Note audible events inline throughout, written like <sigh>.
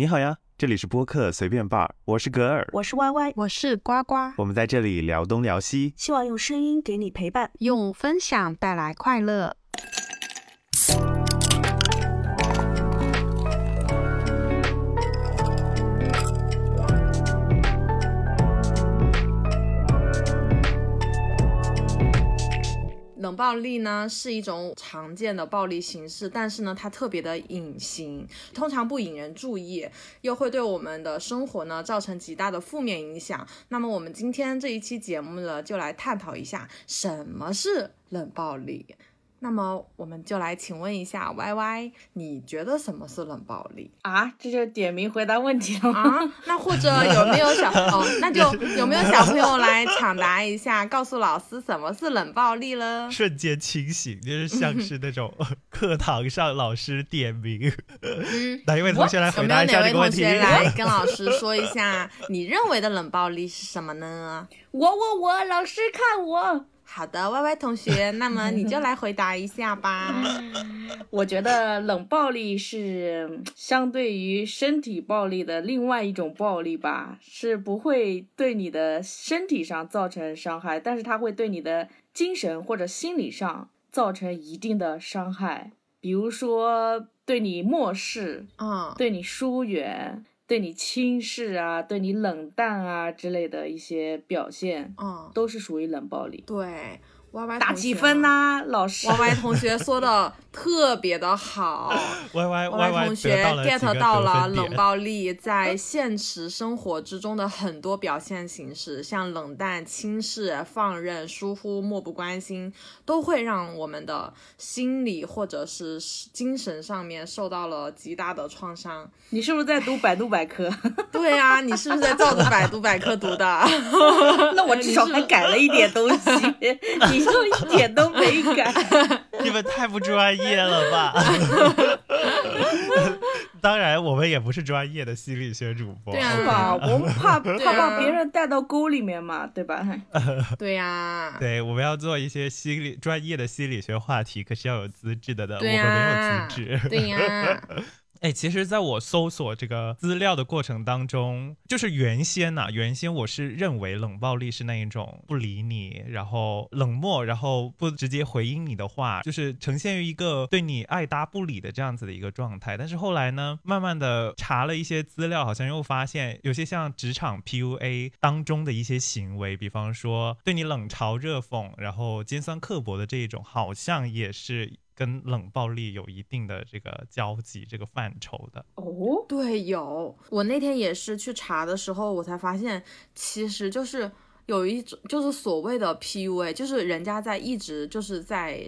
你好呀，这里是播客随便 bar，我是格尔，我是 Y Y，我是呱呱，我们在这里聊东聊西，希望用声音给你陪伴。用分享带来快乐。冷暴力呢是一种常见的暴力形式，但是呢它特别的隐形，通常不引人注意，又会对我们的生活呢造成极大的负面影响。那么我们今天这一期节目呢，就来探讨一下什么是冷暴力。那么我们就来请问一下 Y Y，你觉得什么是冷暴力啊，这就点名回答问题了吗？啊？那或者有没有小哦，那就有没有小朋友来抢答一下，告诉老师什么是冷暴力了？瞬间清醒，就是像是那种 <laughs> 课堂上老师点名，嗯，哪一位同学来有没回有答一哪下位这个问同题？学来跟老师说一下，你认为的冷暴力是什么呢？ <laughs> 我我我，老师看我。好的，Y Y 同学，那么你就来回答一下吧。 <laughs> 我觉得冷暴力是嗯相对于身体暴力的另外一种暴力吧，是不会对你的身体上造成伤害，但是它会对你的精神或者心理上造成一定的伤害，比如说对你漠视、嗯，对你疏远、对你轻视啊、对你冷淡啊之类的一些表现，嗯，都是属于冷暴力。对，Y Y 打几分呐、老师？ ？Y Y 同学说的特别的好。 <laughs> Y Y 歪 Y 歪 Y 同学得到了几 get 个到了得分冷点暴力在现实生活之中的很多表现形式，像冷淡、轻视、放任、疏忽、漠不关心，都会让我们的心理或者是精神上面受到了极大的创伤。你是不是在读百度百科？对啊，你是不是在照着百度百科读的？ <laughs> 那我至少还改了一点东西，你就一点都没改。 <laughs> 你们太不专业了吧？ <laughs> 当然，我们也不是专业的心理学主播。对啊是吧？我们怕对怕啊把别人带到沟里面嘛，对吧？对呀、对我们要做一些心理专业的心理学话题，可是要有资质的的，对啊我呀们没有资质。对呀、哎，其实，在我搜索这个资料的过程当中，就是原先呐、原先我是认为冷暴力是那一种不理你，然后冷漠，然后不直接回应你的话，就是呈现于一个对你爱答不理的这样子的一个状态。但是后来呢，慢慢的查了一些资料，好像又发现有些像职场 PUA 当中的一些行为，比方说对你冷嘲热讽，然后尖酸刻薄的这一种，好像也是跟冷暴力有一定的这个交集、这个范畴的。哦，对，有。我那天也是去查的时候，我才发现，其实就是有一种，就是所谓的 PUA，就是人家在一直就是在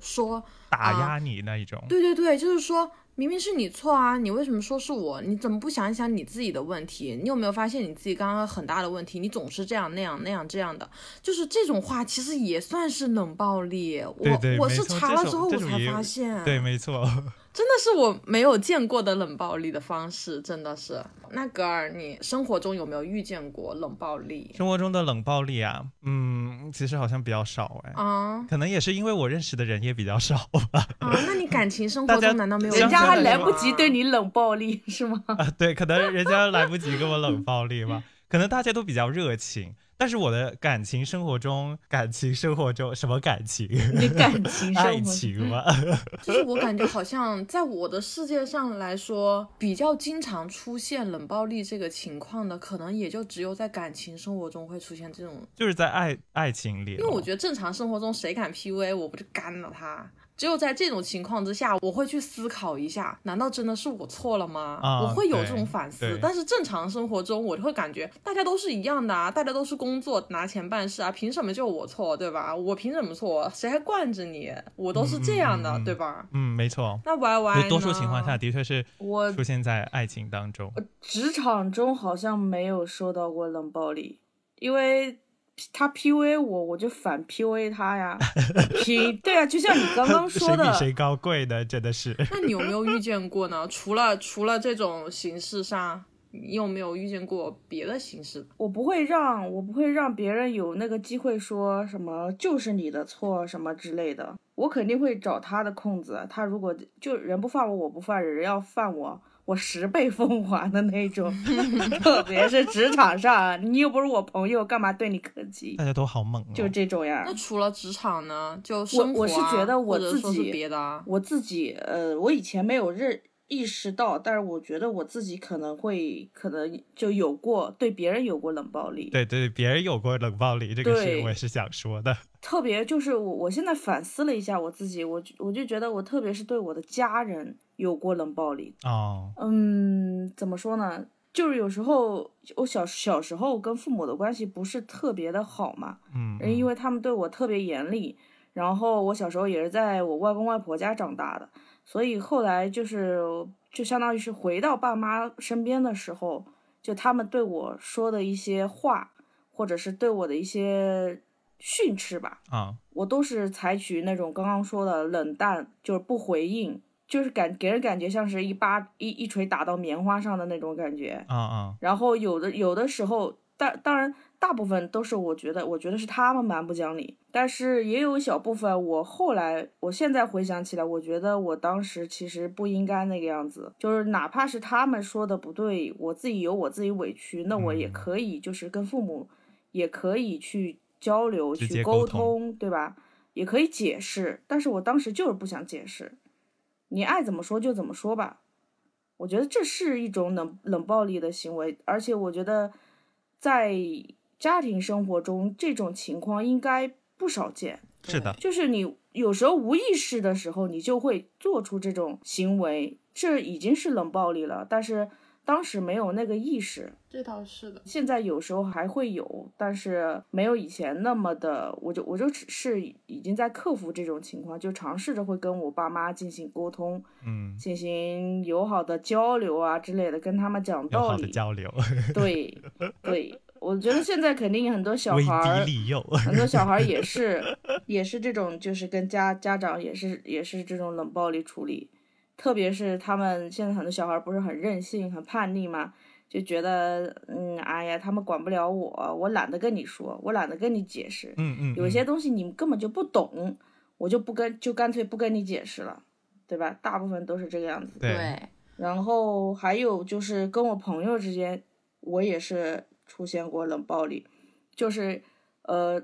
说，打啊压你那一种。对对对，就是说明明是你错啊，你为什么说是我？你怎么不想一想你自己的问题？你有没有发现你自己刚刚很大的问题？你总是这样那样那样这样的，就是这种话其实也算是冷暴力。我对对我没是错查这了种之后这我种才也发现，对，没错。真的是我没有见过的冷暴力的方式，真的是。那格尔，你生活中有没有遇见过冷暴力？生活中的冷暴力啊，嗯，其实好像比较少哎，啊可能也是因为我认识的人也比较少吧。 <laughs> 啊！那你感情生活大家中难道没有遇见人过家吗？还来不啊及对你冷暴力是吗？啊，对，可能人家来不及跟我冷暴 <laughs> 力吧，可能大家都比较热情。但是我的感情生活中，感情生活中什么感情？你感情 <laughs> 爱生活情吗？就是我感觉好像在我的世界上来说，比较经常出现冷暴力这个情况的，可能也就只有在感情生活中会出现这种，就是在爱爱情里咯，因为我觉得正常生活中谁敢 PUA，我不就干了他。只有在这种情况之下，我会去思考一下，难道真的是我错了吗？啊我会有对这种反思对。但是正常生活中，我会感觉大家都是一样的啊，大家都是工作拿钱办事啊，凭什么就我错，对吧？我凭什么错？谁还惯着你？我都是这样的，嗯嗯嗯嗯对吧？嗯，没错。那 Y Y 就多数情况下，的确是我出现在爱情当中。职场中好像没有受到过冷暴力，因为他 PUA 我，我就反 PUA 他呀。凭对啊，就像你刚刚说谁 <laughs> 的，比谁高贵呢？真的是。那你有没有遇见过呢？ <laughs> 除了除了这种形式上，你有没有遇见过别的形式？我不会让我不会让别人有那个机会说什么就是你的错什么之类的，我肯定会找他的空子。他如果就人不犯我，我不犯人，人要犯我，我十倍奉还的那种。 <laughs> 特别是职场上，你又不是我朋友，干嘛对你客气大？家都好猛哦。就这种样那。除了职场呢，就生活、啊、我我是觉得我或者说自是己别的啊，我自己呃，我以前没有认意识到，但是我觉得我自己可能会可能就有过对别人有过冷暴力。对对，别人有过冷暴力这个事，对我也是想说 <laughs> 的。特别就是我，我现在反思了一下我自己，我就我就觉得我特别是对我的家人有过冷暴力。哦，嗯，怎么说呢？就是有时候我小小时候跟父母的关系不是特别的好嘛，嗯，因为为他们对我特别严厉，然后我小时候也是在我外公外婆家长大的，所以后来就是就相当于是回到爸妈身边的时候，就他们对我说的一些话，或者是对我的一些训斥吧，啊，我都是采取那种刚刚说的冷淡，就是不回应，就是感给人感觉像是一巴一一锤打到棉花上的那种感觉。啊啊，然后有的有的时候，当当然大部分都是我觉得，我觉得是他们蛮不讲理，但是也有一小部分，我后来我现在回想起来，我觉得我当时其实不应该那个样子，就是哪怕是他们说的不对，我自己有我自己委屈，那我也嗯可以就是跟父母也可以去交流、直去接沟沟通对吧？也可以解释，但是我当时就是不想解释，你爱怎么说就怎么说吧。我觉得这是一种冷冷暴力的行为，而且我觉得在家庭生活中这种情况应该不少见。是的，就是你有时候无意识的时候，你就会做出这种行为，这已经是冷暴力了，但是当时没有那个意识。这倒是的。现在有时候还会有，但是没有以前那么的，我就我就只是已经在克服这种情况，就尝试着会跟我爸妈进行沟通，嗯，进行友好的交流啊之类的，跟他们讲友道好的理。交流， <laughs> 对对，我觉得现在肯定很多小威孩逼儿，利诱， <laughs> 很多小孩儿也是也是这种，就是跟家家长也是也是这种冷暴力处理，特别是他们现在很多小孩儿不是很任性、很叛逆嘛，就觉得嗯，哎呀，他们管不了我，我懒得跟你说，我懒得跟你解释，嗯嗯，有些嗯东西你们根本就不懂，我就不跟就干脆不跟你解释了，对吧？大部分都是这个样子。 <laughs> 对，然后还有就是跟我朋友之间，我也是出现过冷暴力，就是呃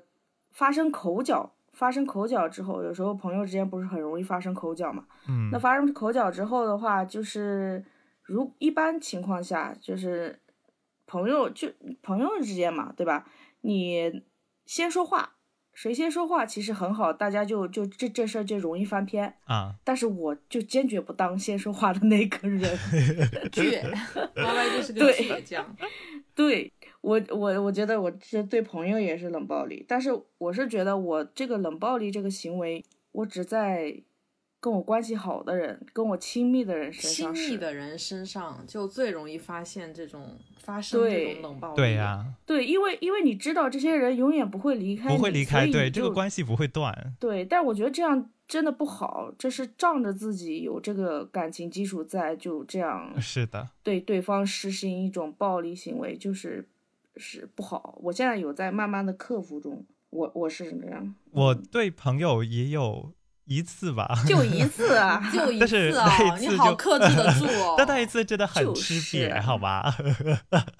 发生口角，发生口角之后，有时候朋友之间不是很容易发生口角嘛？嗯，那发生口角之后的话，就是如一般情况下，就是朋友就朋友之间嘛，对吧？你先说话，谁先说话其实很好，大家就就这这事儿就容易翻篇。啊，但是我就坚决不当先说话的那个人。 <laughs> 倔， <laughs> 歪歪就是个对倔 <laughs> 强。对我，我我觉得我这对朋友也是冷暴力，但是我是觉得我这个冷暴力这个行为，我只在跟我关系好的人、跟我亲密的人身亲上密是。的人身上就最容易发现这种发生这对种冷暴力。，对呀，对，因为因为你知道这些人永远不会离开你，不会离所开，以你对，这个就关系不会断，对，但我觉得这样真的不好，这是仗着自己有这个感情基础在，就这样呃是的，对对方实行一种暴力行为，就是是不好。我现在有在慢慢的克服中，我我是这样，我对朋友也有一次吧，嗯就一次啊就 <laughs> 一但是次那哦，啊一你次好就克制得 <laughs> 住哦。但 <laughs> 那一次真的很就吃是瘪，好吧？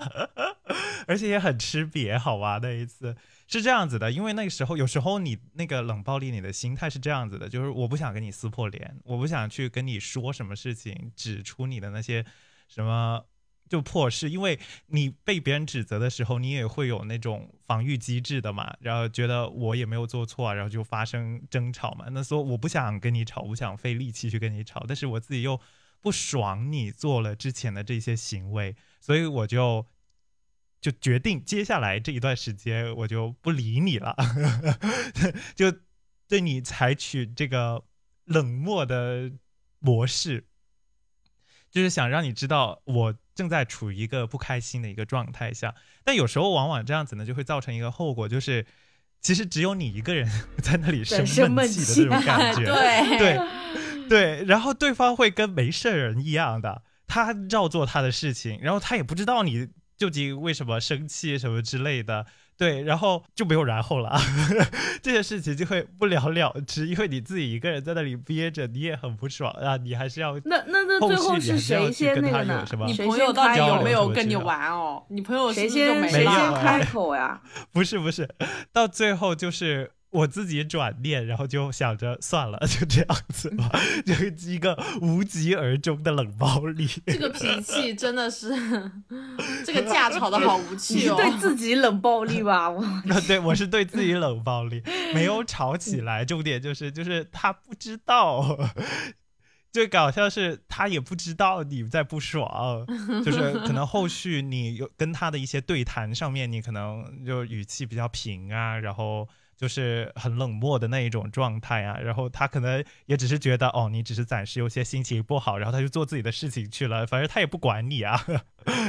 <laughs> 而且也很吃瘪，好吧？那一次是这样子的，因为那个时候有时候你那个冷暴力，你的心态是这样子的，就是我不想跟你撕破脸，我不想去跟你说什么事情，指出你的那些什么。就破事，因为你被别人指责的时候，你也会有那种防御机制的嘛，然后觉得我也没有做错啊，然后就发生争吵嘛。那所以我不想跟你吵，我不想费力气去跟你吵，但是我自己又不爽你做了之前的这些行为，所以我就就决定接下来这一段时间我就不理你了， <laughs> 就对你采取这个冷漠的模式，就是想让你知道我正在处于一个不开心的一个状态下。但有时候往往这样子呢，就会造成一个后果，就是。其实只有你一个人 <laughs> 在那里生生闷闷气的气那种 <laughs> 感觉，对对对，然后对方会跟没事人一样的，他照做他的事情，然后他也不知道你究竟为什么生气什么之类的，对，然后就没有然后了 <laughs> 啊，这件事情就会不了了之，因为你自己一个人在那里憋着，你也很不爽啊，你还是要 <laughs> 那那那最后是谁先那个呢后续你还是要去跟他有什？么你你谁朋友先到开底交有口？流没什有么跟之你类的玩哦？你朋友是谁不是就先没谁有先了？啊开口呀？ <laughs> 不是不是，到最后就是我自己转念，然后就想着算了，就这样子吧，就是一个无疾而终的冷暴力。这个脾气真的是， <laughs> 这个架吵的好无你趣是哦。对自己冷暴力 <laughs> 吧？我啊， <laughs> 对我是对自己冷暴力，没有吵起来。重点就是，就是他不知道， <laughs> 最搞笑是他也不知道你在不爽，就是可能后续你有跟他的一些对谈上面，你可能就语气比较平啊，然后。就是很冷漠的那一种状态啊，然后他可能也只是觉得哦，你只是暂时有些心情不好，然后他就做自己的事情去了，反正他也不管你啊， <laughs>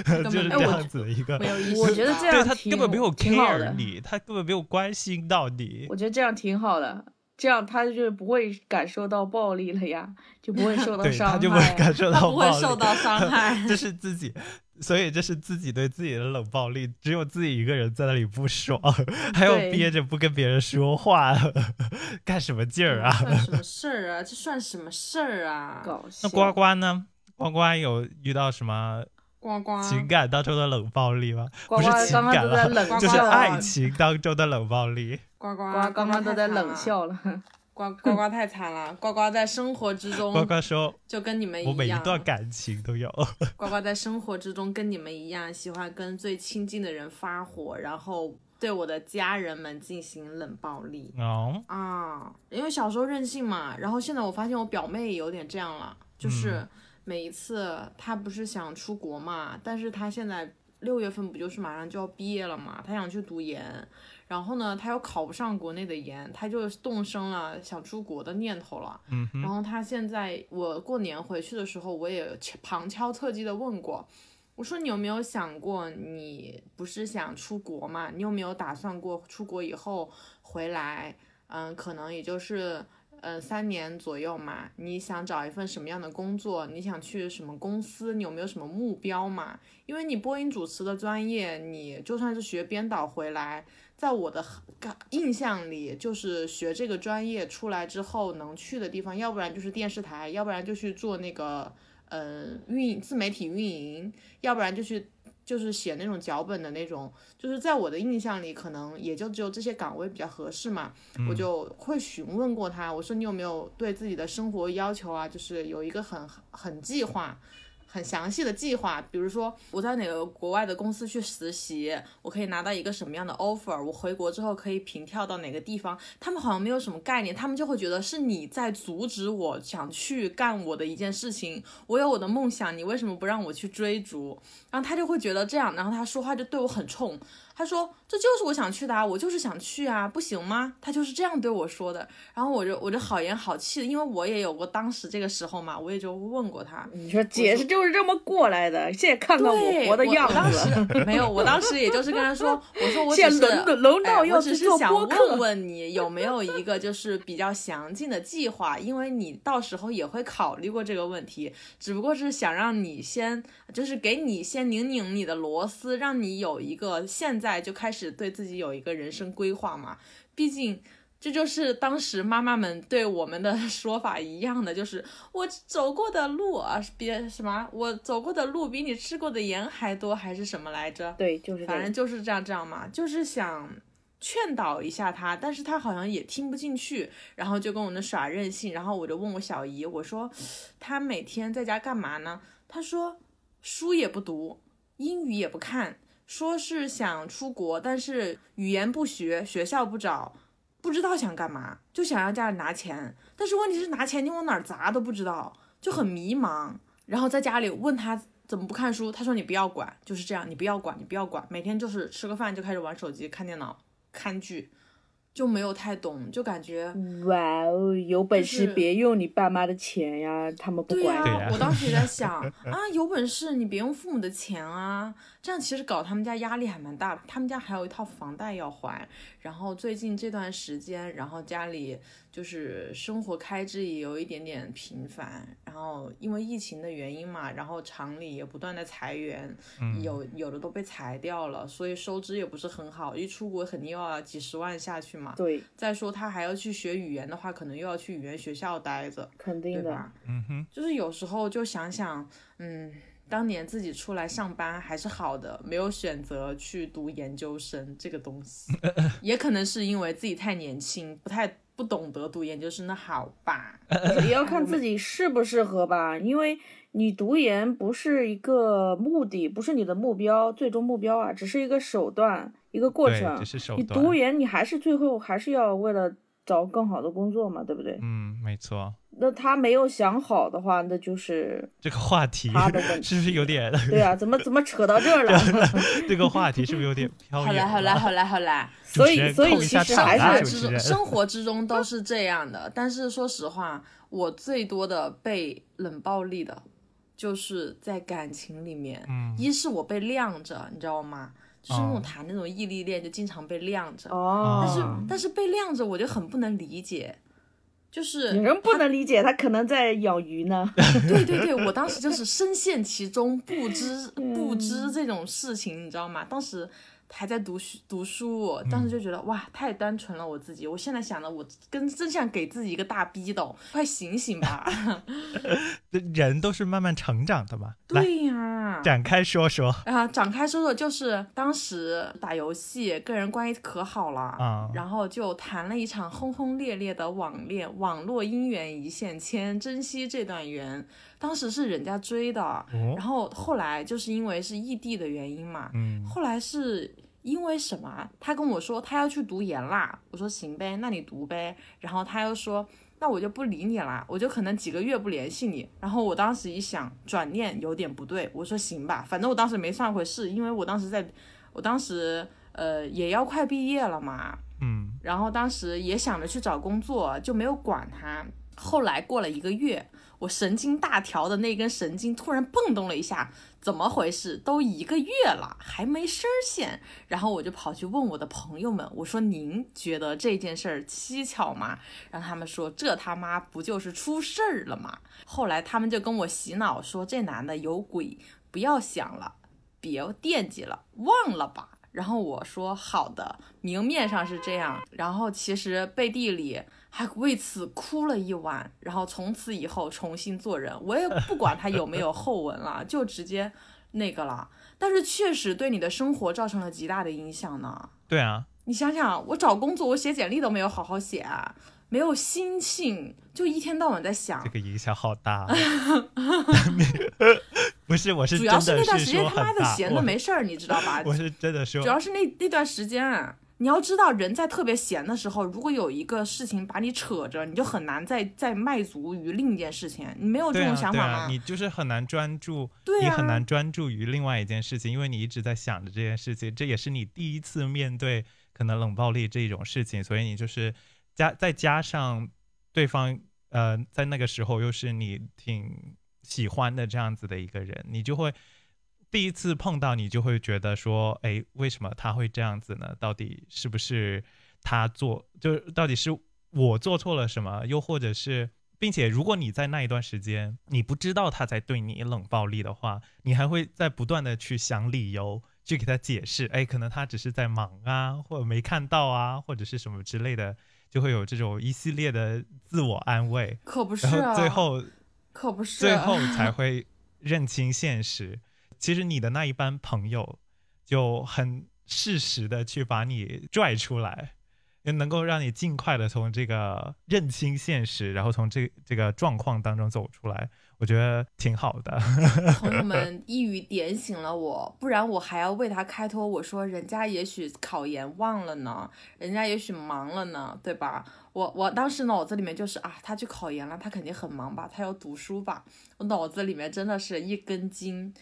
本就是没这有样子的一个没有意识，我觉得这样对他挺根本没有挺好的 care 你，他根本没有关心到你我。觉得这样挺好的，这样他就不会感受到暴力了呀，就不会受到对伤害呀。他就不会感受他到不会暴受力到伤 <laughs> 害这是自己，所以这是自己对自己的冷暴力，只有自己一个人在那里不爽，还要对憋着不跟别人说话， <laughs> 干什么劲儿啊？嗯算什么事儿啊？这算什么事儿啊？搞笑。那呱呱呢？呱呱有遇到什么呱呱，情感当中的冷暴力吗？呱呱不是情刚刚感都在了，冷就是笑爱情当中的冷暴力。呱呱，呱刚刚都在冷太惨了，笑了。呱呱呱太惨了，呱呱在生活之中呱呱说就跟你们：“我每一一样，段感情都有。” <laughs> 呱呱在生活之中跟你们一样，喜欢跟最亲近的人发火，然后对我的家人们进行冷暴力哦，啊。因为小时候任性嘛，然后现在我发现我表妹也有点这样了，就是嗯每一次她不是想出国嘛，但是她现在六月份不就是马上就要毕业了嘛，她想去读研，然后呢，她又考不上国内的研，她就动生了想出国的念头了。嗯然哼，后他现在，我过年回去的时候，我也敲旁敲侧击的问过，我说你有没有想过，你不是想出国嘛？你有没有打算过出国以后回来？嗯，可能也就是嗯三年左右嘛。你想找一份什么样的工作？你想去什么公司？你有没有什么目标嘛？因为你播音主持的专业，你就算是学编导回来，在我的感印象里，就是学这个专业出来之后能去的地方，要不然就是电视台，要不然就去做那个嗯、呃、运自媒体运营，要不然就去就是写那种脚本的那种，就是在我的印象里，可能也就只有这些岗位比较合适嘛。我就会询问过他，我说你有没有对自己的生活要求啊，就是有一个很很计划。很详细的计划，比如说我在哪个国外的公司去实习，我可以拿到一个什么样的 offer，我回国之后可以平跳到哪个地方，他们好像没有什么概念，他们就会觉得是你在阻止我想去干我的一件事情，我有我的梦想，你为什么不让我去追逐？然后他就会觉得这样，然后他说话就对我很冲，他说这就是我想去的、啊，我就是想去啊，不行吗？他就是这样对我说的，然后我就我就好言好气的，因为我也有过当时这个时候嘛，我也就问过他，你说姐是就是这么过来的，现在看看我对活的我样我当子，时没有，我当时也就是跟他说，我说我只现是在轮到轮到哎要我去只是做想播客问问你有没有一个就是比较详尽的计划，因为你到时候也会考虑过这个问题，只不过是想让你先就是给你先拧拧你的螺丝，让你有一个现在就开始对自己有一个人生规划嘛，毕竟。这就是当时妈妈们对我们的 <laughs> 说法一样的，就是我走过的路啊，别什么，我走过的路比你吃过的盐还多，还是什么来着？对，就是这反正样。就是这样这样嘛，就是想劝导一下他，但是他好像也听不进去，然后就跟我那耍任性，然后我就问我小姨，我说他每天在家干嘛呢？他说书也不读，英语也不看，说是想出国，但是语言不学，学校不找。不知道想干嘛，就想让家里拿钱，但是问题是拿钱你往哪儿砸都不知道，就很迷茫。然后在家里问他怎么不看书，他说你不要管，就是这样，你不要管，你不要管，每天就是吃个饭就开始玩手机、看电脑、看剧，就没有太懂，就感觉哇哦，有本事就是别用你爸妈的钱呀，他们不对啊管呀、你。对 <laughs> 呀我当时也在想啊，有本事你别用父母的钱啊，这样其实搞他们家压力还蛮大的，他们家还有一套房贷要还，然后最近这段时间，然后家里就是生活开支也有一点点频繁，然后因为疫情的原因嘛，然后厂里也不断的裁员，嗯有有的都被裁掉了，所以收支也不是很好，一出国肯定又要几十万下去嘛。对，再说他还要去学语言的话，可能又要去语言学校待着，肯对定的吧。？嗯哼，就是有时候就想想，嗯，当年自己出来上班还是好的，没有选择去读研究生这个东 <laughs> 西，也可能是因为自己太年轻，不太不懂得读研究生的好 <laughs> 吧？也要看自己适不适合吧，因为你读研不是一个目的，不是你的目标，最终目标啊，只是一个手段，一个过对，程只。是手你段。读研，你还是最后还是要为了找更好的工作嘛，对不对？嗯，没错，那他没有想好的话，那 <laughs> 就是这个话题他的问题 <laughs> 是不是有点？对啊，怎么怎么扯到这儿了？ <laughs> 这个话题是不是 <laughs> 有点飘好远啦了？好 <laughs> 啦好啦好啦，主所持以人所以扣一其下实场还啊是主持之中人生活之中都是这样的，但是说实话，我最多的被冷暴力的，就是在感情里面，嗯一是我被晾着，你知道吗？就是那哦种谈那种异地恋，就经常被晾着。哦，但但是啊但是被晾着，我就很不能理解，就是有人不能理解，他可能在养鱼呢。对对对，我当时就是深陷其中，不知不知这种事情，你知道吗？当时还在读书读书，当时就觉得哇，太单纯了我自己。我现在想的，我跟真想给自己一个大逼斗，快醒醒吧！人都是慢慢成长的嘛。来，对呀、展开说说。啊，展开说说，就是当时打游戏，个人关系可好了，啊然后就谈了一场轰轰烈烈的网恋，网络姻缘一线牵，珍惜这段缘。当时是人家追的，哦然后后来就是因为是异地的原因嘛，嗯后来是因为什么啊？他跟我说他要去读研啦，我说行呗，那你读呗。然后他又说。那我就不理你啦，我就可能几个月不联系你。然后我当时一想，转念有点不对，我说行吧，反正我当时没算回事，因为我当时在，我当时呃也要快毕业了嘛，嗯然后当时也想着去找工作，就没有管他。后来过了一个月，我神经大条的那根神经突然蹦动了一下，怎么回事？都一个月了，还没声儿线。然后我就跑去问我的朋友们，我说：“您觉得这件事儿蹊跷吗？”然后他们说：“这他妈不就是出事儿了吗？”后来他们就跟我洗脑说：“这男的有鬼，不要想了，别惦记了，忘了吧。”然后我说：“好的。”明面上是这样，然后其实背地里还为此哭了一晚，然后从此以后重新做人。我也不管他有没有后文了，就直接那个了。但是确实对你的生活造成了极大的影响呢。对啊，你想想，我找工作，我写简历都没有好好写啊，没有心情，就一天到晚在想这。个影响好大啊。 <laughs> <laughs> 不是，我是主真要的是那段时间说他妈很的大闲的没事儿，你知道吧？我，我是真的说主要是那那段时间，啊你要知道，人在特别闲的时候，如果有一个事情把你扯着，你就很难再再卖足于另一件事情。你没有这对啊种想法对啊吗？你就是很难专注，对你啊很难专注于另外一件事情，因为你一直在想着这件事情。这也是你第一次面对可能冷暴力这种事情，所以你就是加再加上对方呃，在那个时候又是你挺喜欢的这样子的一个人，你就会。第一次碰到你就会觉得说，哎，为什么他会这样子呢？到底是不是他做，就是到底是我做错了什么？又或者是，并且如果你在那一段时间你不知道他在对你冷暴力的话，你还会在不断的去想理由去给他解释，哎，可能他只是在忙啊，或者没看到啊，或者是什么之类的，就会有这种一系列的自我安慰，可不是、然啊，后最后、可不是、最啊，后 <laughs> 才会认清现实。其实你的那一班朋友就很适时的去把你拽出来，也能够让你尽快的从这个认清现实，然后从这这个状况当中走出来，我觉得挺好的。 <laughs> 朋友们一语点醒了我，不然我还要为他开脱。我说人家也许考研忘了呢，人家也许忙了呢，对吧？我我当时脑子里面就是啊，他去考研了，他肯定很忙吧，他要读书吧。我脑子里面真的是一根筋。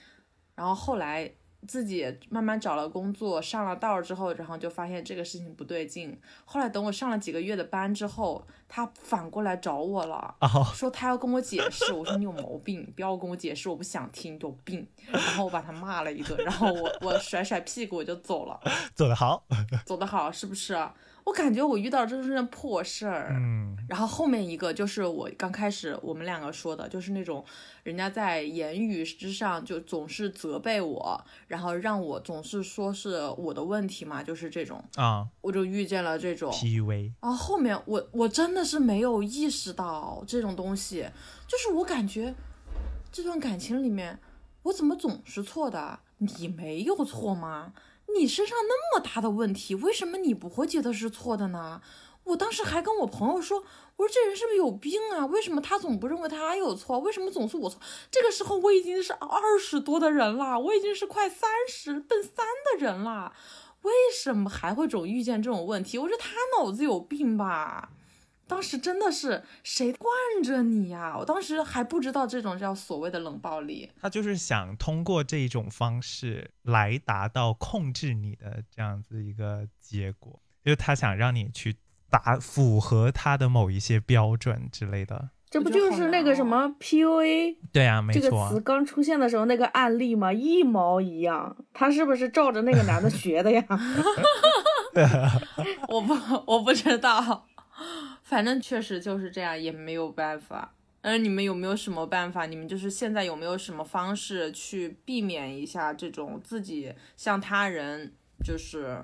然后后来自己慢慢找了工作，上了道儿之后，然后就发现这个事情不对劲。后来等我上了几个月的班之后，他反过来找我了。哦，说他要跟我解释，我说你有毛病，不要跟我解释，我不想听，有病。然后我把他骂了一顿，然后我我甩甩屁股我就走了，做得好，走得好是不是？啊我感觉我遇到的真是件破事儿。嗯，然后后面一个就是我刚开始我们两个说的，就是那种人家在言语之上就总是责备我，然后让我总是说是我的问题嘛，就是这种，啊我就遇见了这种。 ，PUA，然后啊后面我我真的是没有意识到这种东西，就是我感觉这段感情里面我怎么总是错的？啊你没有错吗？你身上那么大的问题，为什么你不会觉得是错的呢？我当时还跟我朋友说，我说这人是不是有病啊？为什么他总不认为他有错？为什么总是我错？这个时候我已经是二十多的人啦，我已经是快三十奔三的人啦，为什么还会总遇见这种问题？我觉得他脑子有病吧。当时真的是谁惯着你呀、我当时还不知道这种叫所谓的冷暴力。他就是想通过这一种方式来达到控制你的这样子一个结果，就是他想让你去达符合他的某一些标准之类的。 <laughs> 这不就是那个什么 PUA 对啊，没这个错、啊词，刚出现的时候那个案例吗？一毛一样，他是不是照着那个男的学的 <laughs> 呀？我不，我不知道，反正确实就是这样，也没有办法。呃，你们有没有什么办法？你们就是现在有没有什么方式去避免一下这种自己向他人就是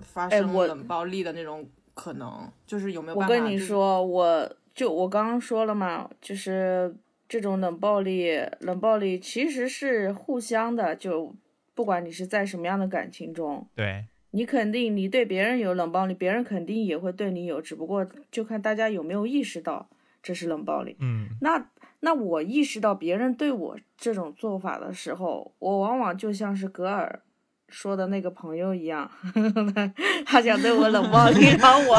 发哎生我冷暴力的那种可能？就是有没有我办法？跟你，说，我就我刚刚说了嘛，就是这种冷暴力，冷暴力其实是互相的，就不管你是在什么样的感情中，对，你肯定你对别人有冷暴力，别人肯定也会对你有，只不过就看大家有没有意识到这是冷暴力。嗯，那那我意识到别人对我这种做法的时候，我往往就像是格尔说的那个朋友一样， <laughs> 他想对我冷暴力，然后 <laughs> 我，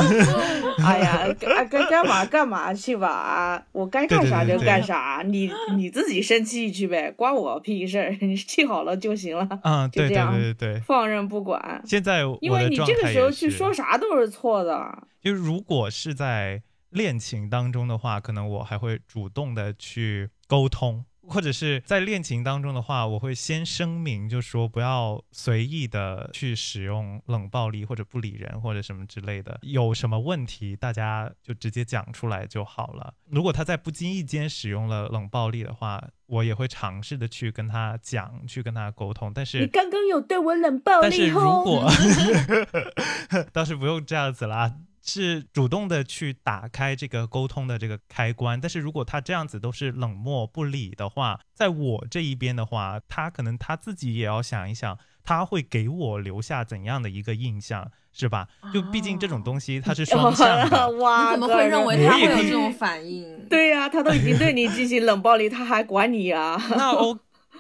哎呀，该该干嘛干嘛去吧，啊我该干啥对对对就对干啥，你你自己生气去呗，关我屁事儿，你气好了就行了，嗯，就这对对样对对对。放任不管。现在我因为的你状这个态时候也去是说啥都是错的，就是如果是在恋情当中的话，可能我还会主动的去沟通，或者是在恋情当中的话，我会先声明，就说不要随意的去使用冷暴力或者不理人或者什么之类的。有什么问题，大家就直接讲出来就好了。如果他在不经意间使用了冷暴力的话，我也会尝试的去跟他讲，去跟他沟通，但是你刚刚有对我冷暴但是力如哦。 <laughs> 果 <laughs> 倒是不用这样子啦，是主动的去打开这个沟通的这个开关。但是如果他这样子都是冷漠不理的话，在我这一边的话，他可能他自己也要想一想，他会给我留下怎样的一个印象，是吧？就毕竟哦这种 <laughs> 东西 <laughs> 它是双向的。哇，你怎么格会尔认为我他会也有可以这种反应？ <laughs> <laughs> 对呀、他都已经对你进行冷暴力，他还管你 <laughs> 啊？那欧，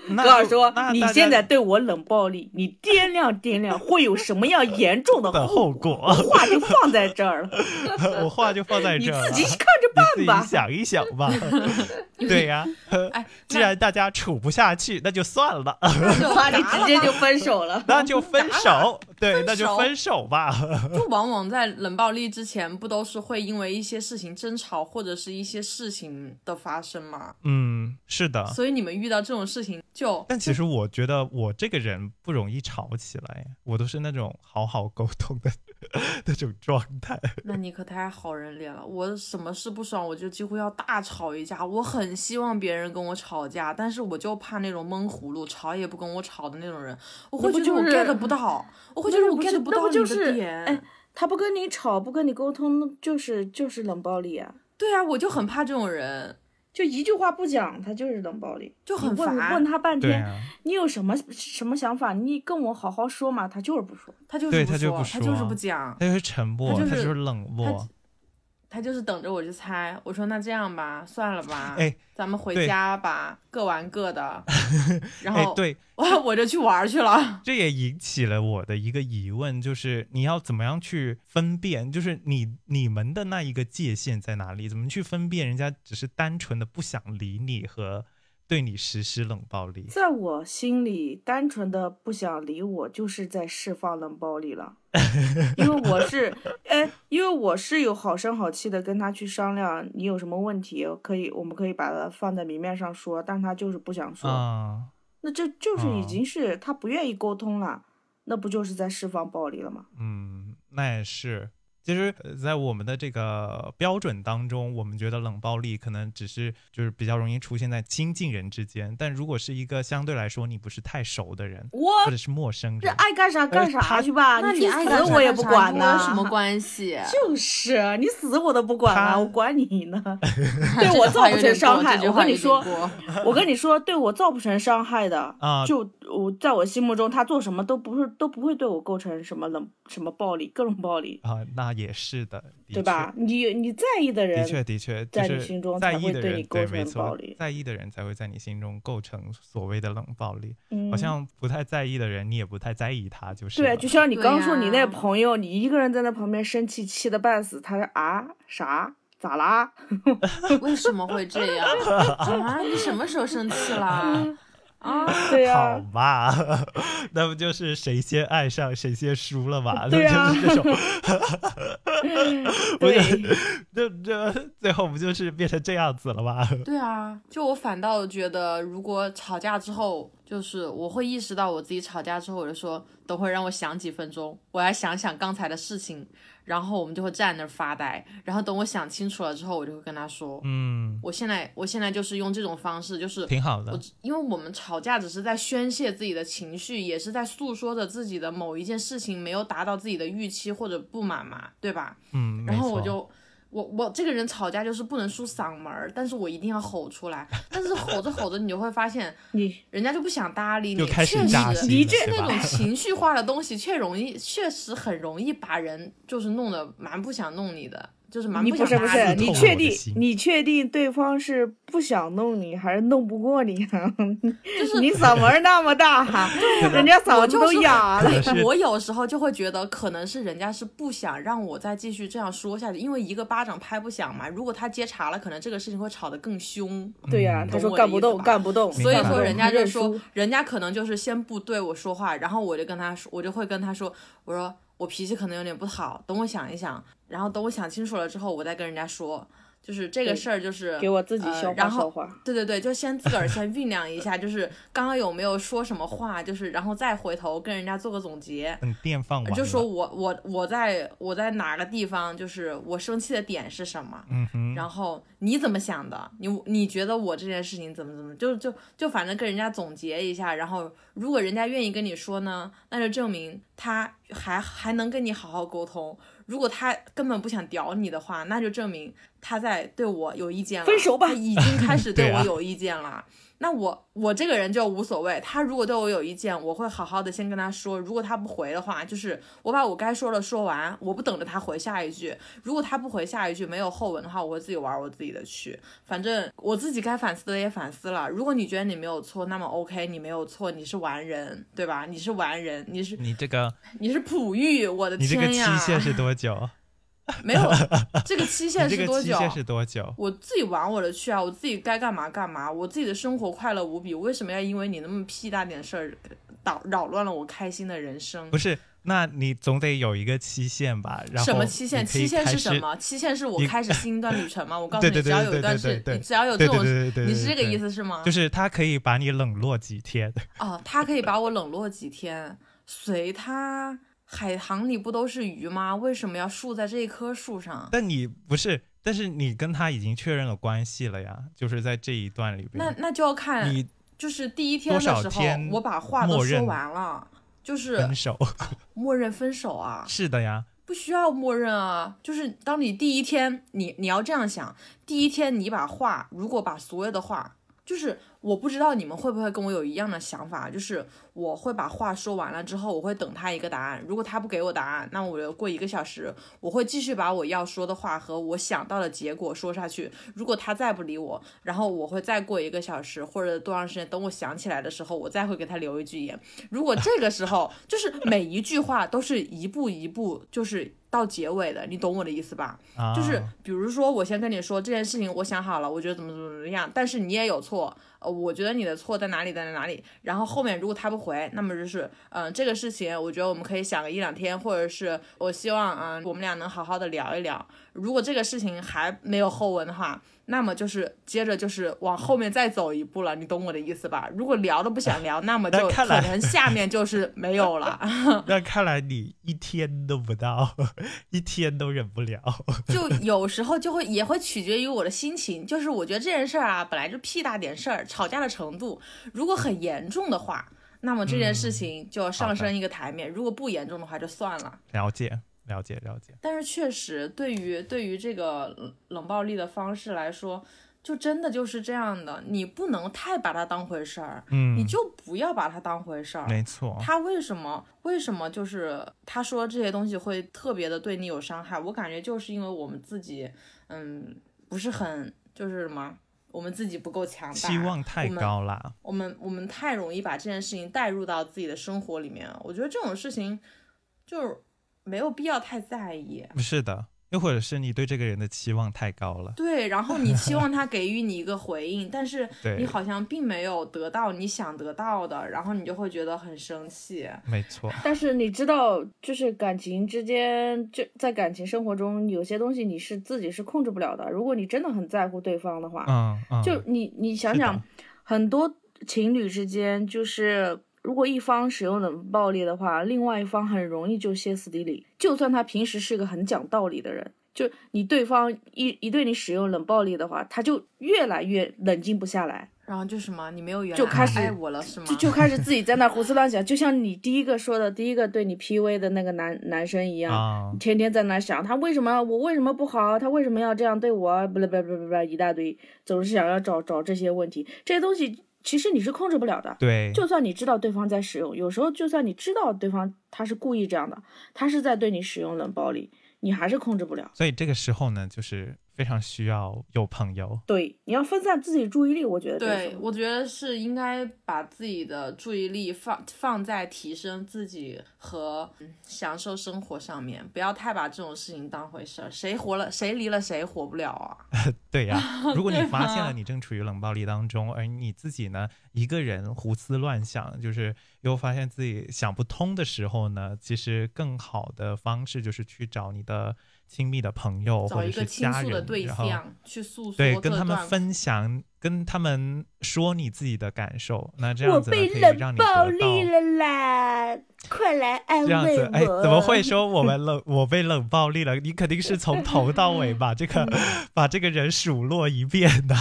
那格尔就说那：“你大家现在对我冷暴力，你掂量掂量会有什么样严重的的后果， <laughs> 话就放在这儿了，我话就放 <laughs> 在你这儿了，自己看你着办吧自己。想一想 <laughs> 吧。对呀、哎，既然大家处不下去，那就算 <laughs> 了。哇，你直 <laughs> 接就分手了。 <laughs> 那就分手，对，分那就手分手吧。 <laughs> 就往往在冷暴力之前，不都是会因为一些事情争吵，或者是一些事情的发生吗？嗯，是的。所以你们遇到这种事情就但其实我觉得我这个人不容易吵起来，我都是那种好好沟通的 <laughs> 那种状态。那你可太好人脸了。我什么事不爽，我就几乎要大吵一架。我很希望别人跟我吵架，但是我就怕那种闷葫芦，吵也不跟我吵的那种人。我会那觉得不我就是 get 不到，我会觉得那我不是 get 那到不你就的是点。哎他不跟你吵，不跟你沟通，那就是就是冷暴力啊！对啊，我就很怕这种人，就一句话不讲，他就是冷暴力。啊就你很问烦。问他半对天，啊，你有什么什么想法？你跟我好好说嘛，他就是不说。他就对是他就说，不他就是说哎不讲。他就是沉默，他他就是就是冷漠。他就是等着我去猜。我说那这样吧，算了吧，哎咱们回对家吧，各玩各 <laughs> 的。然哎后，，对，我我就去玩去了。这也引起了我的一个疑问，就是你要怎么样去分辨，就是你你们的那一个界限在哪里？怎么去分辨人家只是单纯的不想理你和对你实施冷暴力？在我心里，单纯的不想理我，就是在释放冷暴力 <laughs> 了，因为我是，哎，因为我是有好声好气的跟他去商量，你有什么问题可以，我们可以把它放在明面上说，但他就是不想说，啊、那这就是已嗯经是他不愿意沟通了，那不就是在释放暴力了吗？嗯，那也是。其实，呃在我们的这个标准当中，我们觉得冷暴力可能只是就是比较容易出现在亲近人之间，但如果是一个相对来说你不是太熟的人，我或者是陌生这人，爱干啥干他啥去吧，那去爱死干啥我也干不啥管跟呐、我有什 <laughs> 么关系？就是你死我都不管他啊，我管你呢。 <laughs> 这对我句造话有不成点伤过害，这句我话跟你有点说过，我跟你说，对我造不成伤害的啊就我在我心目中，他做什么都不是都不会对我构成什么冷什么暴力，各种暴力，啊、那也是的，的对吧？你你在意的确？人的，确，的确，就在你是心中在才意会的对人你对，构没成错暴力，在意的人才会在你心中构成所谓的冷暴力。嗯好像不太在意的人，你也不太在意他，就是对，了就像你对刚说你那呀朋友，你一个人在那旁边生气，气的半死，他说啊啥咋啦？ <laughs> 为什么会这 <laughs> 样啊？你什么时候生气 <laughs> 啦？啊，对呀、好吧， <laughs> 那不就是谁先爱上谁先输了 <laughs> 嘛？对那啊不就是这种，不对，是这这最后不就是变成这样子了吗？ <laughs> 对啊，就我反倒觉得，如果吵架之后，就是我会意识到我自己吵架之后，我就说等会儿让我想几分钟，我要想想刚才的事情，然后我们就会站那儿发呆，然后等我想清楚了之后，我就会跟他说，嗯，我现在我现在就是用这种方式，就是挺好的我，因为我们吵架只是在宣泄自己的情绪，也是在诉说着自己的某一件事情没有达到自己的预期或者不满嘛，对吧？嗯，然后没错我就我我这个人吵架就是不能出嗓门儿，但是我一定要吼出来。但是吼着吼着，你就会发现你人家就不想搭理你，就开始确实扎心了你这对那吧种情绪化的东西，确容易，确实很容易把人就是弄得蛮不想弄你的，就是蛮你想不是不搭是，是理你的透露确我的定心你确定对方是不想弄你，还是弄不过你啊？就是 <laughs> 你嗓门儿那么大， <laughs> 人家嗓我子就都是哑 <laughs> 了。是对，我有时候就会觉得，可能是人家是不想让我再继续这样说下去，因为一个巴掌拍不响嘛。如果他接茬了，可能这个事情会吵得更凶。对呀、嗯他懂说我干的不意动，思吧干不动。明所以白说，了人家就认说输，人家可能就是先不对我说话，然后我就跟他说，我就会跟他说，我说我脾气可能有点不好，等我想一想，然后等我想清楚了之后，我再跟人家说，就是这个对事儿，就是给我自己呃消化然后消化。对对对，就先自个儿先酝酿一下，就是 <laughs> 刚刚有没有说什么话，就是然后再回头跟人家做个总结。很电放完了，就说我我我在我在哪个地方，就是我生气的点是什么，嗯哼，然后你怎么想的？你你觉得我这件事情怎么怎么？就就就反正跟人家总结一下，然后如果人家愿意跟你说呢，那就证明他还还能跟你好好沟通；如果他根本不想屌你的话，那就证明他在对我有意见了，分手吧他已经开 <laughs> 始对对啊我有意见了。那我我这个人就无所谓，他如果对我有意见，我会好好的先跟他说。如果他不回的话，就是我把我该说的说完，我不等着他回下一句。如果他不回下一句，没有后文的话，我会自己玩我自己的去。反正我自己该反思的也反思了。如果你觉得你没有错，那么 OK，你没有错，你是完人，对吧？你是完人，你是你这个你是璞玉，我的你这个天期呀！限是多久？ <laughs> <laughs> 没有这个期限你这是个多期久？限是多久？我自己玩我的去啊，我自己该干嘛干嘛，我自己的生活快乐无比，为什么要因为你那么屁大点事儿捣扰乱了我开心的人生不？是，那你总得有一个期限吧？然后什么期限？你可以期限开是始什？么？期限是我你开始新一段旅程吗？我告诉对你，对只对要对有一对段对是对，对，你只要有这对种对，对对对，你是这对个意？对思是吗？就是他可以把你冷落几天，哦，他可以把我冷落几天，随他。海塘里不都是鱼吗？为什么要树在这一棵树上？但你不是，但是你跟他已经确认了关系了呀，就是在这一段里那边，那就要看你就是第一天的多少时候天，我把话都默说认完了，就是分手 <laughs> 默认分手啊，是的呀，不需要默认啊。就是当你第一天，你你要这样想，第一天你把话，如果把所有的话，就是我不知道你们会不会跟我有一样的想法，就是我会把话说完了之后，我会等他一个答案。如果他不给我答案，那我就过一个小时，我会继续把我要说的话和我想到的结果说下去。如果他再不理我，然后我会再过一个小时或者多长时间，等我想起来的时候，我再会给他留一句言。如果这个时候就是每一句话都是一步一步，就是到结尾的，你懂我的意思吧？啊，就是比如说，我先跟你说这件事情，我想好了，我觉得怎么怎么怎么样，但是你也有错，呃，我觉得你的错在哪里，在哪里。然后后面如果他不回，那么就是，嗯、这个事情我觉得我们可以想个一两天，或者是我希望，嗯、我们俩能好好的聊一聊。如果这个事情还没有后文的话，那么就是接着就是往后面再走一步了，你懂我的意思吧？如果聊都不想聊，那么就那可看来能下面就是没有 <laughs> 了。那看来你一天都不到， <laughs> 一天都忍不了。就有时候就会也会取决于我的心情，就是我觉得这件事儿啊，本来就屁大点事儿，吵架的程度如果很严重的话，那么这件事情就要上升一个台面；如果不严重的话，就算了。了解，了解，了解。但是确实，对于对于这个冷冷暴力的方式来说，就真的就是这样的，你不能太把它当回事儿，嗯，你就不要把它当回事儿。没错，他为什么为什么就是他说这些东西会特别的对你有伤害？我感觉就是因为我们自己，嗯，不是很就是什么，我们自己不够强大，期望太高啦。我们我们太容易把这件事情带入到自己的生活里面。我觉得这种事情就是没有必要太在意。不是的，又或者是你对这个人的期望太高了。对，然后你期望他给予你一个回应，但是 <laughs> 对你好像并没有得到你想得到的，然后你就会觉得很生气。没错，但是你知道，就是感情之间，就在感情生活中，有些东西你是自己是控制不了的。如果你真的很在乎对方的话，嗯嗯，就你你想是的想，很多情侣之间，就是如果一方使用冷暴力的话，另外一方很容易就歇斯底里。就算他平时是个很讲道理的人，就你对方一一对你使用冷暴力的话，他就越来越冷静不下来。然后就什么，你没有原就来开始爱我了是吗？就就开始自己 <laughs> 在那儿胡思乱想，就像你第一个说的，第一个对你 PUA 的那个男男生一样，啊你天天在那儿想他为什么我为什么不好，他为什么要这样对我，不不不不不一大堆，总是想要找找这些问题，这些东西其实你是控制不了的。对，就算你知道对方在使用，有时候就算你知道对方他是故意这样的，他是在对你使用冷暴力，你还是控制不了。所以这个时候呢，就是非常需要有朋友。对，你要分散自己注意力，我觉得这是对，我觉得是应该把自己的注意力放放在提升自己和嗯享受生活上面，不要太把这种事情当回事儿。谁活了，谁离了，谁活不了啊？对 <laughs> 呀、如果你对发现吧了你正处于冷暴力当中，而你自己呢一个人胡思乱想，就是又发现自己想不通的时候呢，其实更好的方式就是去找你的亲密的朋友找哦或者一个是倾家诉的人，对然后象去诉说对这跟他们段。分享，跟他们说你自己的感受。那这我样子呢被可以冷让你暴得力到。了啦！快来安这样慰子我。，哎，怎么会说 <laughs> 我们冷，我被冷暴力了？你肯定是从头到尾把 <laughs> 这个，把这个人数落一遍的。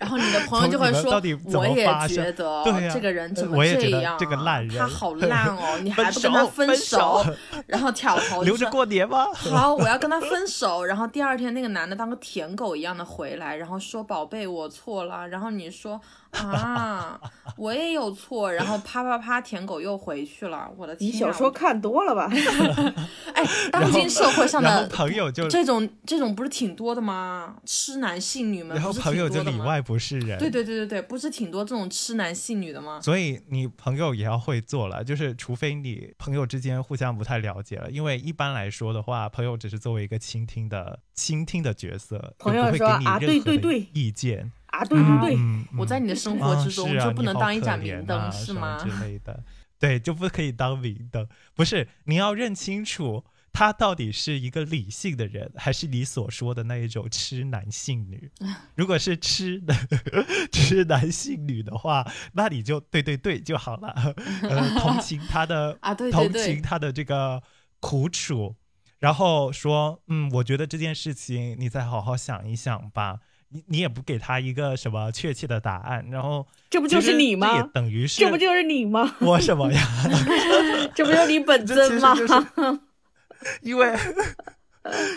然后你 <laughs> 的朋友就会从你们说到底：“怎么我也发生觉得对呀这个人怎么我也这觉得样啊，这个烂人他好 <laughs> 烂哦，你还不跟手他分分手 <laughs> 然后挑头就留着说过年吗？好，我要跟他分手。然后第二天，那个男的当个舔狗一样的回来，然后说：“宝贝，我错了。”然后你说：“ <laughs> 啊，我也有错。”然后啪啪啪，舔狗又回去了。我的天、你啊！小说看 <laughs> 多了吧？我，哎，当今社会上然后的朋友就，这种这种不是挺多的吗？痴男信女们，然后不是朋友就挺多的里吗。外不是人。对。对对对对，不是挺多这种痴男信女的吗？所以你朋友也要会做了，就是除非你朋友之间互相不太了解了，因为一般来说的话，朋友只是作为一个倾听的倾听的角色，朋友就不会说给你啊任对对何的对意见。啊，对对对，嗯，我在嗯你的生活之啊中是啊就不你能好当一可盏怜明灯，啊是什么吗？之类的，对，就不可以当明灯。不是，你要认清楚他到底是一个理性的人，还是你所说的那一种痴男信女。如果是痴的 <laughs> 痴男信女的话，那你就对对对就 <laughs> 好了，呃，同情他的啊对对同对情他的这个苦楚。然后说，嗯，我觉得这件事情你再好好想一想吧。你你也不给他一个什么确切的答案，然后这不就其是实你这吗也等于是这不就是你吗？我什么呀？ <laughs> 这不就是你本这尊其实吗？就是因为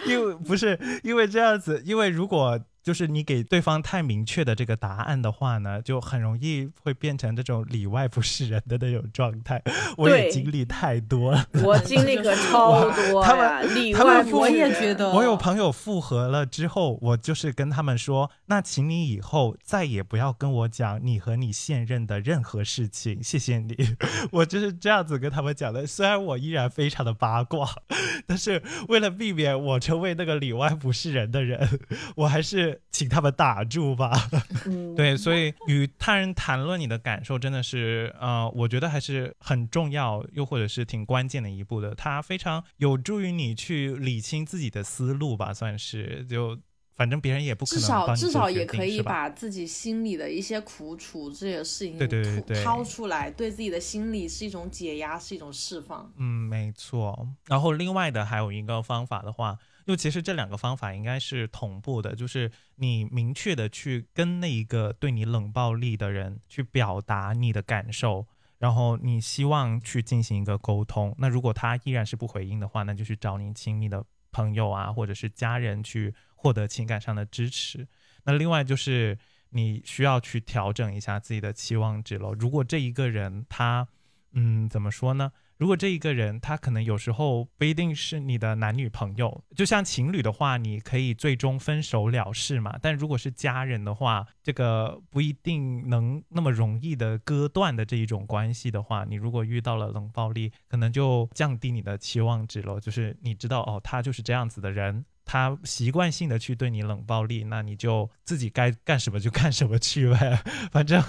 因为不是因为这样子，因为如果就是你给对方太明确的这个答案的话呢，就很容易会变成这种里外不是人的那种状态。我对也经历太多了。我经历可超多他呀，们里他外们不不我是也人觉得，我有朋友复合了之后，我就是跟他们说，那请你以后再也不要跟我讲你和你现任的任何事情，谢谢你。 <laughs> 我就是这样子跟他们讲的，虽然我依然非常的八 <laughs> 卦，但是为了避免我成为那个里外不是人的人，我还是是请他们打住吧。嗯，对，所以与他人谈论你的感受，真的是呃，我觉得还是很重要，又或者是挺关键的一步的。它非常有助于你去理清自己的思路吧，算是就反正别人也不可至能少帮你至做少决也定可以是吧把自己心里的一些苦楚这些事情对对对吐对掏出来，对自己的心理是一种解压，是一种释放。嗯，没错。然后另外的还有一个方法的话，就其实这两个方法应该是同步的，就是你明确的去跟那一个对你冷暴力的人去表达你的感受，然后你希望去进行一个沟通。那如果他依然是不回应的话，那就去找你亲密的朋友啊，或者是家人去获得情感上的支持。那另外就是你需要去调整一下自己的期望值咯。如果这一个人他，嗯，怎么说呢？如果这一个人他可能有时候不一定是你的男女朋友，就像情侣的话，你可以最终分手了事嘛。但如果是家人的话，这个不一定能那么容易的割断的这一种关系的话，你如果遇到了冷暴力，可能就降低你的期望值咯。就是你知道哦，他就是这样子的人。他习惯性的去对你冷暴力，那你就自己该干什么就干什么去呗，反正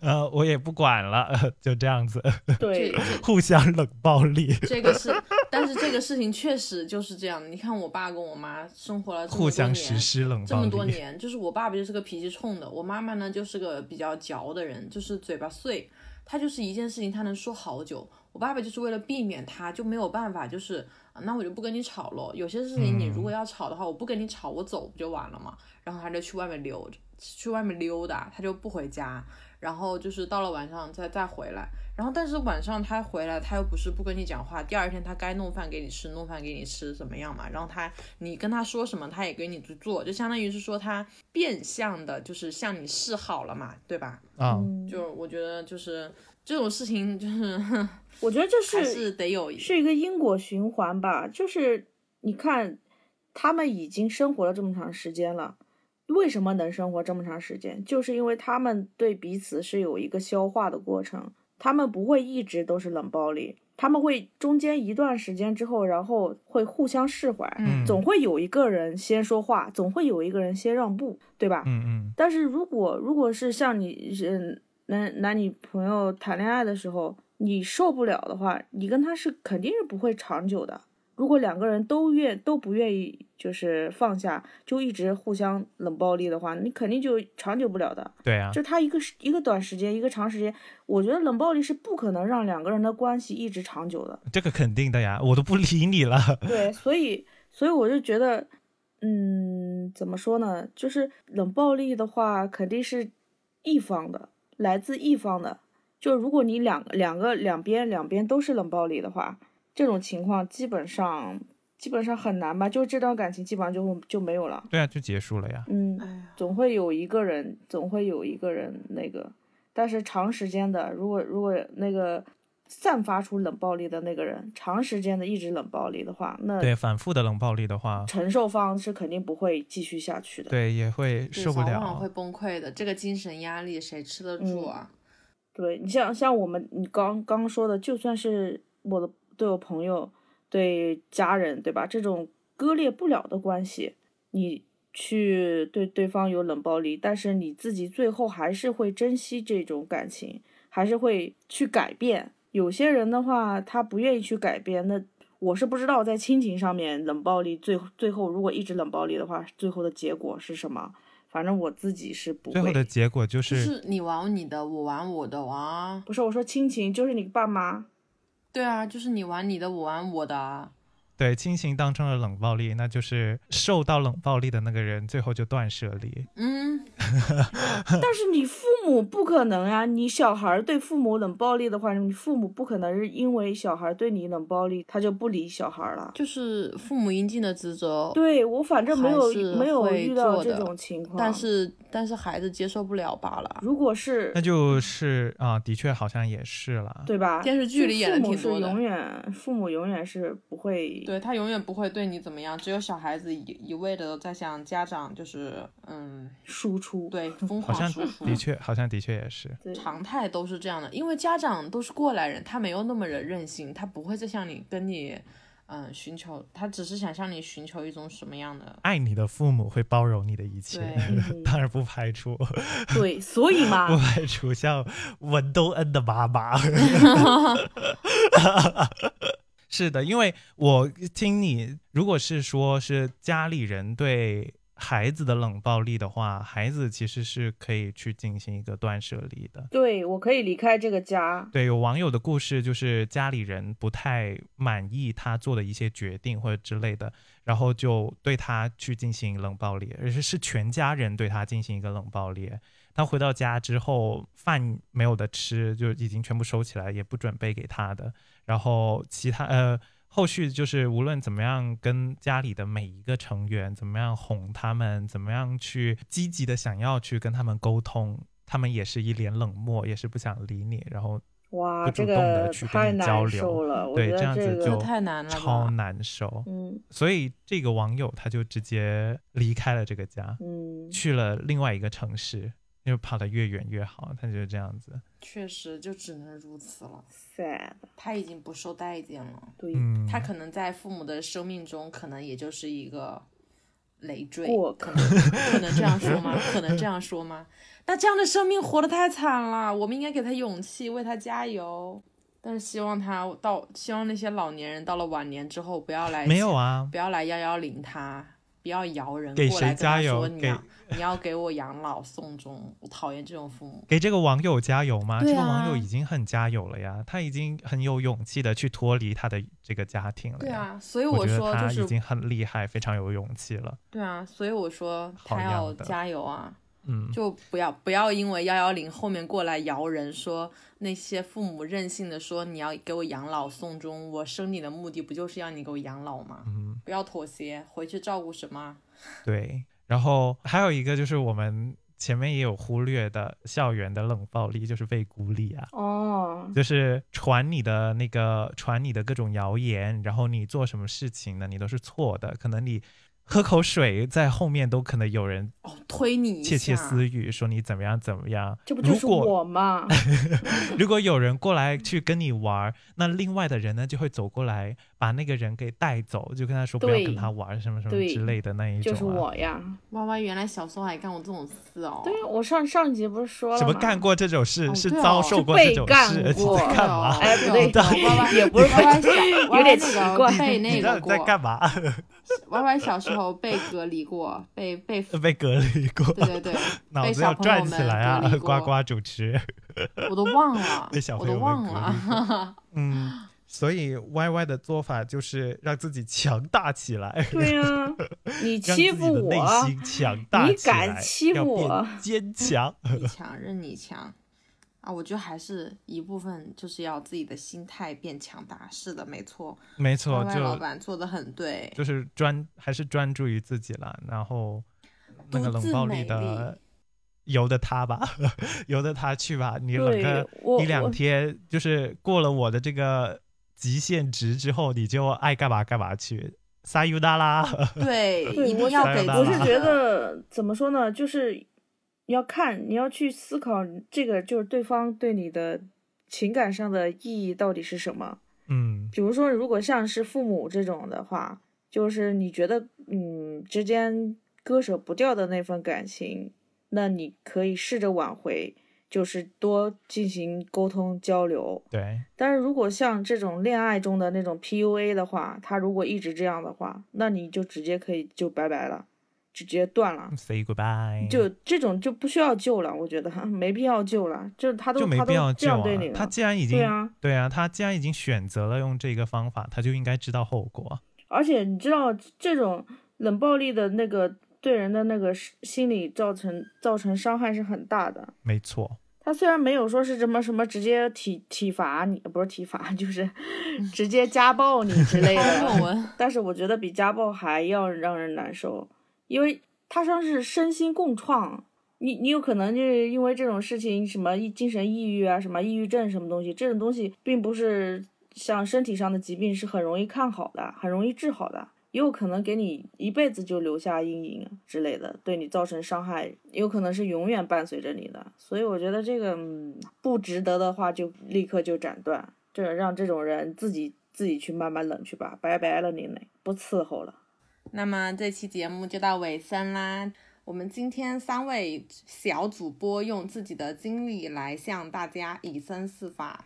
呃我也不管了， <laughs> 呃就这样子。这对，这互相冷 <laughs> 暴力，这个是，但是这个事情确实就是这样。你看，我爸跟我妈生活了这么多互相年实施冷这暴么力。多年，就是我爸爸就是个脾气冲的，我妈妈呢就是个比较嚼的人，就是嘴巴碎，她就是一件事情她能说好久。我爸爸就是为了避免他，就没有办法，就是啊那我就不跟你吵了。有些事情你嗯如果要吵的话，我不跟你吵，我走不就完了嘛？然后他就去外面溜着，去外面溜达，他就不回家，然后就是到了晚上再再回来。然后但是晚上他回来，他又不是不跟你讲话，第二天他该弄饭给你吃，弄饭给你吃怎么样嘛？然后他你跟他说什么，他也给你去做，就相当于是说他变相的就是向你示好了嘛，对吧？啊，嗯就我觉得就是这种事情就是 <laughs> 还我觉得这是得有是一个因果循环吧，就是你看，他们已经生活了这么长时间了，为什么能生活这么长时间？就是因为他们对彼此是有一个消化的过程，他们不会一直都是冷暴力，他们会中间一段时间之后，然后会互相释怀，嗯总会有一个人先说话，总会有一个人先让步，对吧？嗯嗯但是如果如果是像你是男男女朋友谈恋爱的时候，你受不了的话，你跟他是肯定是不会长久的。如果两个人都愿都不愿意就是放下，就一直互相冷暴力的话，你肯定就长久不了的。对啊，就他一个时一个短时间，一个长时间，我觉得冷暴力是不可能让两个人的关系一直长久的。这个肯定的呀，我都不理你了。 <laughs> 对，所以所以我就觉得，嗯，怎么说呢？就是冷暴力的话，肯定是一方的，来自一方的。就如果你两两个两边两边都是冷暴力的话，这种情况基本上基本上很难吧？就这段感情基本上就会就没有了。对啊，就结束了呀。嗯哎，呀总会有一个人，总会有一个人那个，但是长时间的，如果如果那个散发出冷暴力的那个人，长时间的一直冷暴力的话，那对，反复的冷暴力的话，承受方是肯定不会继续下去的。对也会对受不早晚会了。崩溃的，这个精神压力谁吃得住啊？嗯对你像像我们你刚刚说的，就算是我的对我朋友、对家人，对吧？这种割裂不了的关系，你去对对方有冷暴力，但是你自己最后还是会珍惜这种感情，还是会去改变。有些人的话，他不愿意去改变，那我是不知道在亲情上面冷暴力最最后如果一直冷暴力的话，最后的结果是什么？反正我自己是不会。最后的结果就，就是是你玩你的，我玩我的啊。不是我说亲情，就是你爸妈。对啊，就是你玩你的，我玩我的啊。对亲情当成了冷暴力，那就是受到冷暴力的那个人最后就断舍离。嗯，但是你父母不可能呀、你小孩儿对父母冷暴力的话，你父母不可能是因为小孩儿对你冷暴力，他就不理小孩儿了。就是父母应尽的职责。对啊我反正没有还是没有会遇到做这的种情况，但是但是孩子接受不了罢了。如果是那就是啊，的确好像也是啦。对吧？电视剧就里演得父母挺多是的永远父母永远是不会对他永远不会对你怎么样，只有小孩子一一味的在向家长就是嗯，输出。对，疯好狂像输出。嗯的确，好像的确也是。对常态都是这样的，因为家长都是过来人，他没有那么的任性，他不会再向你跟你嗯寻求，他只是想向你寻求一种什么样的 <laughs> 爱你的父母会包容你的一切对， <laughs> 当然不排除对，所以嘛不，排除像文东恩的妈妈。 <laughs> 是的，因为我听你，如果是说是家里人对孩子的冷暴力的话，孩子其实是可以去进行一个断舍离的。对我可以离开这个家。对，有网友的故事就是家里人不太满意他做的一些决定或者之类的，然后就对他去进行冷暴力，而是是全家人对他进行一个冷暴力。他回到家之后，饭没有的吃，就已经全部收起来，也不准备给他的。然后其他呃，后续就是无论怎么样跟家里的每一个成员怎么样哄他们，怎么样去积极的想要去跟他们沟通，他们也是一脸冷漠，也是不想理你，然后哇，不这主动个地去跟太你交难流受了，我对觉这得样子个就太难了吧，超难受。嗯所以这个网友他就直接离开了这个家，嗯，去了另外一个城市，就跑得越远越好。他就是这样子，确实就只能如此了， sad，他已经不受待见了，对，嗯，他可能在父母的生命中，可能也就是一个累赘，过可客能可能这样说 <laughs> 吗？可能这样说吗？那这样的生命活得太惨了，我们应该给他勇气，为他加油。但是希望他到，希望那些老年人到了晚年之后，不要来没有啊，不要来幺幺零他，不要摇人给过来谁跟他加油说你给要你要给我养老送终，我讨厌这种父母。给这个网友加油嘛，对这啊个网友已经很加油了呀，他已经很有勇气的去脱离他的这个家庭了对呀。啊，所以我觉说得他就已经是很厉害，非常有勇气了。对啊，所以我说好他样要的加油啊，嗯，就不要不要因为幺幺零后面过来摇人说那些父母任性的说你要给我养老送终，我生你的目的不就是要你给我养老吗？嗯，不要妥协，回去照顾什么啊？对。然后还有一个就是我们前面也有忽略的校园的冷暴力，就是被孤立啊。哦，就是传你的那个传你的各种谣言，然后你做什么事情呢，你都是错的。可能你喝口水，在后面都可能有人哦，推你一下，窃窃私语说你怎么样怎么样。这不就是如果 <laughs> 我吗？如果有人过来去跟你玩儿，那另外的人呢就会走过来把那个人给带走，就跟他说不要对跟他玩儿什么什么对之类的那一种、啊。就是我呀。歪歪原来小时候还干过这种事哦。对呀，我上上集不是说了什么吗干？过这种事，哦是对哦遭受是过这被种干事， <laughs> 你过在干嘛？哎不 <laughs> 对对哦歪歪也不是被歪歪小有点歪歪那奇个怪被你那到个底在干过，嘛？ <laughs> 歪歪小时候被隔离过，被 <laughs> 被被隔离过。对对对，脑被子小要朋转友起们来啊隔离！呱过呱主持，我都忘了 <laughs> 被小，我朋都友忘们隔了。离过。 <laughs> 嗯，所以 Y Y 的做法就是让自己强大起来，对 <laughs> 呀，你欺让自己负的内我，心强大你起来，敢欺要负变我坚强。 <laughs> 你强任你强啊！我觉得还是一部分就是要自己的心态变强大。是的，没错，没歪错，歪老啊就板做的很对，就是专还是专注于自己了，然后那个独冷自暴美力的。由得他吧， <laughs> 由得他去吧。你冷对个我一两我天，就是过了我的这个极限值之后，你就爱干嘛干嘛去，撒尤达 <laughs> 啦。对，对一定我要是给自己的。吧我是 <laughs> 觉得怎么说呢，就是要看你要去思考这个，就是对方对你的情感上的意义到底是什么。嗯，比如说，如果像是父母这种的话，就是你觉得嗯之间割舍不掉的那份感情，那你可以试着挽回，就是多进行沟通交流。对，但是如果像这种恋爱中的那种 PUA 的话，他如果一直这样的话，那你就直接可以就拜拜了，就直接断了， say goodbye，就这种就不需要救了，我觉得 <laughs> 没必要救了，就是他都就没他必要都这救样啊对你。了，他既然已经对啊，对啊，他既然已经选择了用这个方法，他就应该知道后果。而且你知道这种冷暴力的那个对人的那个心理造成造成伤害是很大的，没错，他虽然没有说是什么什么直接体体罚你，呃不是体罚， <laughs> 就是直接家暴你之类抄论的，文，但是我觉得比家暴还要让人难受，因为他算是身心共创。你你有可能就是因为这种事情，什么抑精神抑郁啊，什么抑郁症什么东西，这种东西并不是像身体上的疾病是很容易看好的，很容易治好的，也有可能给你一辈子就留下阴影之类的，对你造成伤害，也有可能是永远伴随着你的。所以我觉得这个、嗯、不值得的话，就立刻就斩断，这让这种人自己自己去慢慢冷去吧，拜拜了您嘞，不伺候了。那么这期节目就到尾声啦。我们今天三位小主播用自己的经历来向大家以身试法，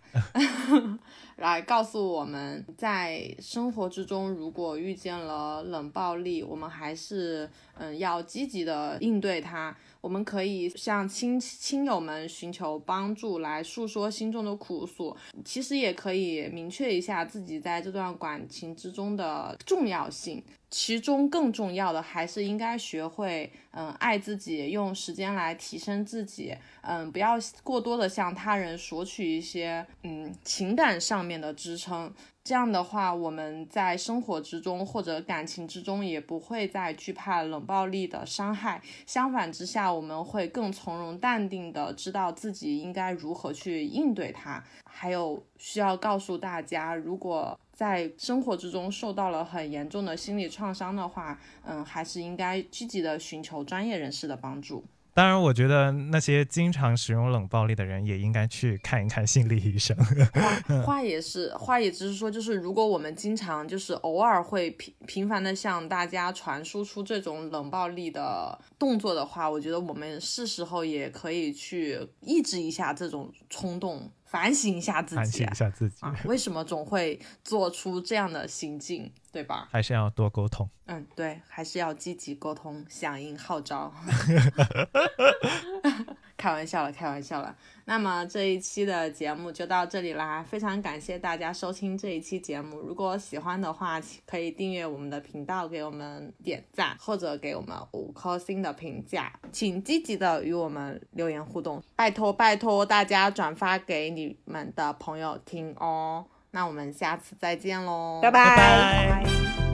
来告诉我们在生活之中，如果遇见了冷暴力，我们还是嗯要积极的应对它。我们可以向亲亲友们寻求帮助，来诉说心中的苦诉。其实也可以明确一下自己在这段感情之中的重要性。其中更重要的还是应该学会，嗯，爱自己，用时间来提升自己，嗯，不要过多的向他人索取一些，嗯，情感上面的支撑。这样的话，我们在生活之中或者感情之中也不会再惧怕冷暴力的伤害，相反之下，我们会更从容淡定的知道自己应该如何去应对它。还有需要告诉大家，如果在生活之中受到了很严重的心理创伤的话，嗯，还是应该积极的寻求专业人士的帮助。当然，我觉得那些经常使用冷暴力的人也应该去看一看心理医生。 <laughs> 啊话话也是，话也只是说，就是如果我们经常就是偶尔会频频繁的向大家传输出这种冷暴力的动作的话，我觉得我们是时候也可以去抑制一下这种冲动，反省一下自反己省一下自己，啊，为什么总会做出这样的行径，对吧？还是要多沟通。嗯，对，还是要积极沟通，响应号召。 <laughs> 开玩笑了，开玩笑了。那么这一期的节目就到这里啦，非常感谢大家收听这一期节目。如果喜欢的话，可以订阅我们的频道，给我们点赞，或者给我们五颗星的评价。请积极的与我们留言互动，拜托拜托大家转发给你们的朋友听哦。那我们下次再见喽，拜拜拜拜